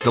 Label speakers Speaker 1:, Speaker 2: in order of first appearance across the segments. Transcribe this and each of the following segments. Speaker 1: The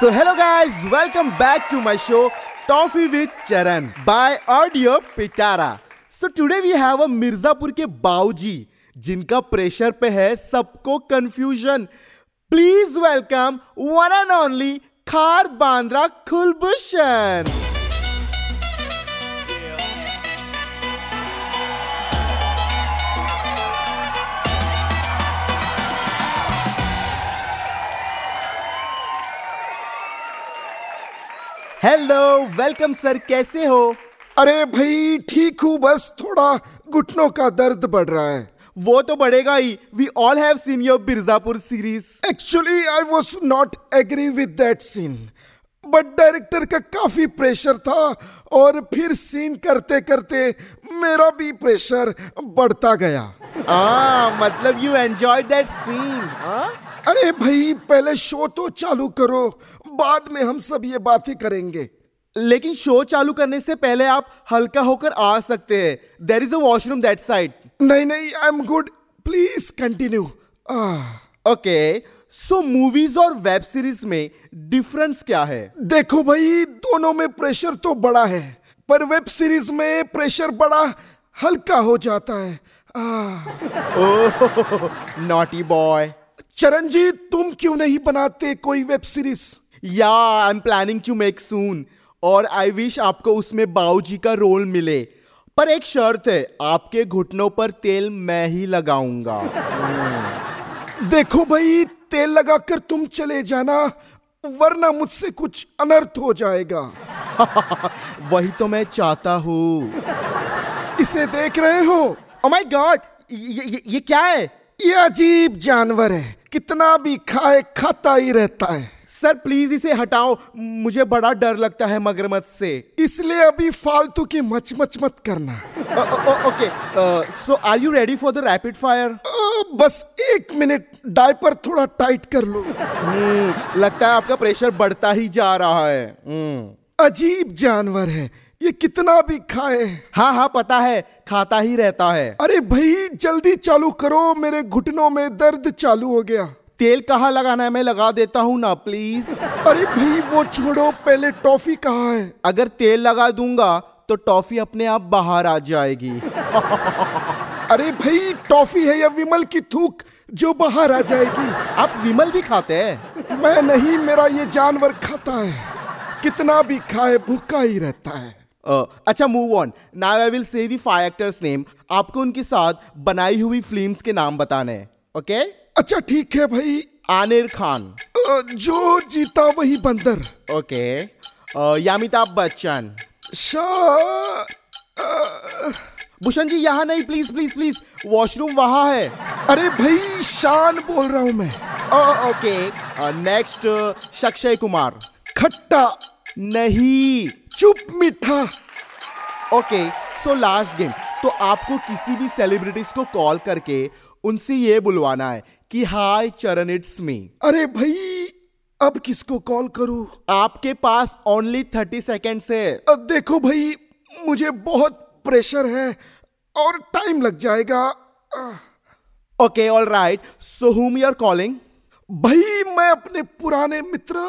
Speaker 2: So hello guys, welcome back to my show Toffee with Charan by Audio Pitara. So today we have a Mirzapur के बाऊजी जिनका pressure पे है सबको confusion please welcome one and only Khar Bandra Kulbhushan hello welcome sir कैसे हो
Speaker 3: अरे भाई ठीक हूँ बस थोड़ा घुटनों का दर्द बढ़ रहा है
Speaker 2: वो तो बढ़ेगा ही we all have seen your Mirzapur series
Speaker 3: actually I was not agree with that scene but director का काफी प्रेशर था और फिर सीन करते करते मेरा भी प्रेशर बढ़ता गया
Speaker 2: हाँ मतलब यू एंजॉय दैट सीन हाँ
Speaker 3: अरे भाई पहले शो तो चालू करो बाद में हम सब ये बातें करेंगे
Speaker 2: लेकिन शो चालू करने से पहले आप हल्का होकर आ सकते हैं there is a washroom that side
Speaker 3: नहीं नहीं I am good please continue
Speaker 2: okay so movies और वेब सीरीज में डिफरेंस क्या है
Speaker 3: देखो भाई दोनों में प्रेशर तो बड़ा है पर वेब सीरीज में प्रेशर बड़ा हल्का हो जाता है आह,
Speaker 2: नॉटी बॉय
Speaker 3: चरण जी तुम क्यों नहीं बनाते कोई वेब सीरीज
Speaker 2: या I am planning to make soon और आई विश आपको उसमें बाऊजी का रोल मिले पर एक शर्त है आपके घुटनों पर तेल मैं ही लगाऊंगा
Speaker 3: देखो भाई तेल लगाकर तुम चले जाना वरना मुझसे कुछ अनर्थ हो जाएगा
Speaker 2: वही तो मैं चाहता हूँ
Speaker 3: इसे देख रहे हो
Speaker 2: ओ माय गॉड ये ये- ये क्या है
Speaker 3: ये अजीब जानवर है कितना भी खाए खाता ही रहता है
Speaker 2: सर प्लीज इसे हटाओ मुझे बड़ा डर लगता है मगरमच्छ से
Speaker 3: इसलिए अभी फालतू की मच मच मत करना
Speaker 2: ओ- ओ- ओ- okay so are you ready for the rapid fire
Speaker 3: आ, बस एक मिनट डायपर थोड़ा टाइट कर लो
Speaker 2: लगता है आपका प्रेशर बढ़ता ही जा रहा है हम्म।
Speaker 3: अजीब जानवर है ये कितना भी खाए
Speaker 2: हाँ हाँ पता है खाता ही रहता है
Speaker 3: अरे भाई जल्दी चालू करो मेरे घुटनों में दर्द चालू हो गया
Speaker 2: तेल कहाँ लगाना है मैं लगा देता हूँ ना प्लीज
Speaker 3: अरे भाई वो छोड़ो पहले टॉफी कहाँ है
Speaker 2: अगर तेल लगा दूंगा तो टॉफी अपने आप बाहर आ जाएगी
Speaker 3: अरे भाई टॉफी है या विमल की थूक जो बाहर आ जाएगी
Speaker 2: आप विमल भी खाते हैं
Speaker 3: मैं नहीं मेरा ये जानवर खाता है कितना भी खाए भूखा ही रहता है
Speaker 2: अ, अच्छा move on now I will say the five actors name आपको उनके साथ बनाई हुई फिल्म्स के नाम बताने हैं ओके
Speaker 3: अच्छा ठीक है भाई
Speaker 2: आनिर खान
Speaker 3: अ, जो जीता वही बंदर
Speaker 2: ओके अ, यामिताभ बच्चन
Speaker 3: शाह
Speaker 2: भूषण जी यहाँ नहीं प्लीज प्लीज प्लीज वॉशरूम वहाँ है
Speaker 3: अरे भाई शान बोल रहा हूँ मैं
Speaker 2: oh, okay next Akshay Kumar
Speaker 3: खट्टा
Speaker 2: नहीं
Speaker 3: चुप मीठा
Speaker 2: ओके सो लास्ट गेम तो आपको किसी भी सेलिब्रिटीज को कॉल करके उनसे ये बुलवाना है कि हाय चरण इट्स मी
Speaker 3: अरे भाई अब किसको कॉल करूँ
Speaker 2: आपके पास ओनली थर्टी सेकेंड्स है
Speaker 3: अ, देखो भाई मुझे बहुत प्रेशर है और टाइम लग जाएगा ah,
Speaker 2: okay all right so whom you are calling
Speaker 3: भाई मैं अपने पुराने मित्र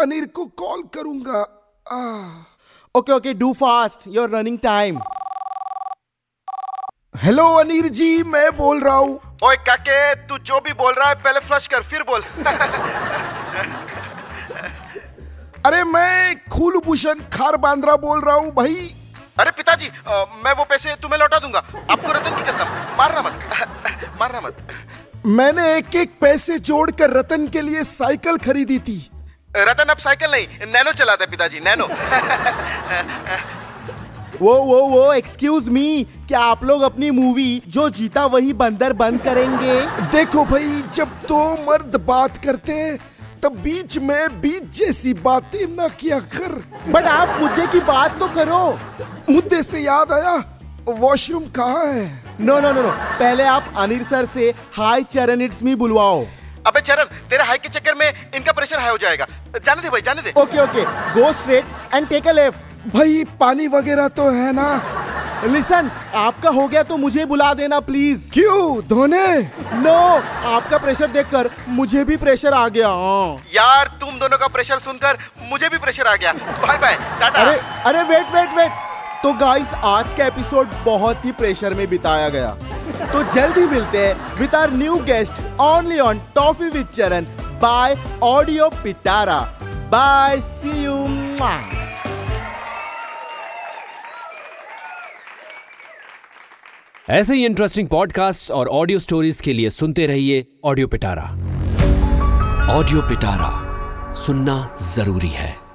Speaker 3: अनिर को कॉल करूंगा ah.
Speaker 2: Okay okay do fast your running time
Speaker 3: hello Anir ji मैं बोल रहा हूँ ओए काके तू जो भी बोल रहा है पहले फ्लश कर फिर बोल अरे मैं खूल भूषण खार बांद्रा बोल रहा हूँ भाई अरे पिताजी अ, मैं वो पैसे तुम्हें लौटा दूंगा आपको रतन की कसम मारना मत मारना मत मैंने एक एक पैसे जोड़कर रतन के लिए साइकिल खरीदी थी रतन अब साइकिल नहीं नैनो चलाता है पिताजी नैनो
Speaker 2: वो वो वो एक्सक्यूज मी क्या आप लोग अपनी मूवी जो जीता वही बंदर बंद करेंगे
Speaker 3: देखो भाई जब दो मर्द बात करते हैं, तब बीच में बीच जैसी बातें ना किया कर
Speaker 2: बट आप मुद्दे की बात तो करो
Speaker 3: मुद्दे से याद आया वॉशरूम कहाँ है
Speaker 2: नो नो नो नो पहले आप अनिल सर से हाय चरण इट्स मी बुलवाओ
Speaker 4: अबे चरण तेरे हाई के चक्कर में इनका प्रेशर हाई हो जाएगा जाने दे भाई जाने दे
Speaker 2: okay okay go straight and take a left
Speaker 3: भाई पानी वगैरह तो है ना
Speaker 2: लिसन आपका हो गया तो मुझे बुला देना प्लीज
Speaker 3: क्यों धोने
Speaker 2: नो आपका प्रेशर देखकर मुझे भी प्रेशर आ गया हाँ।
Speaker 4: यार तुम दोनों का प्रेशर सुनकर मुझे भी प्रेशर आ गया बाय बाय टाटा
Speaker 2: अरे अरे वेट वेट वेट तो गाइस आज का एपिसोड बहुत ही प्रेशर में बिताया गया तो जल्दी मिलते हैं with our new guest only on toffee with Charan by audio Pitara bye see you
Speaker 5: ऐसे ही इंटरेस्टिंग पॉडकास्ट और ऑडियो स्टोरीज के लिए सुनते रहिए ऑडियो पिटारा ऑडियो पिटारा सुनना जरूरी है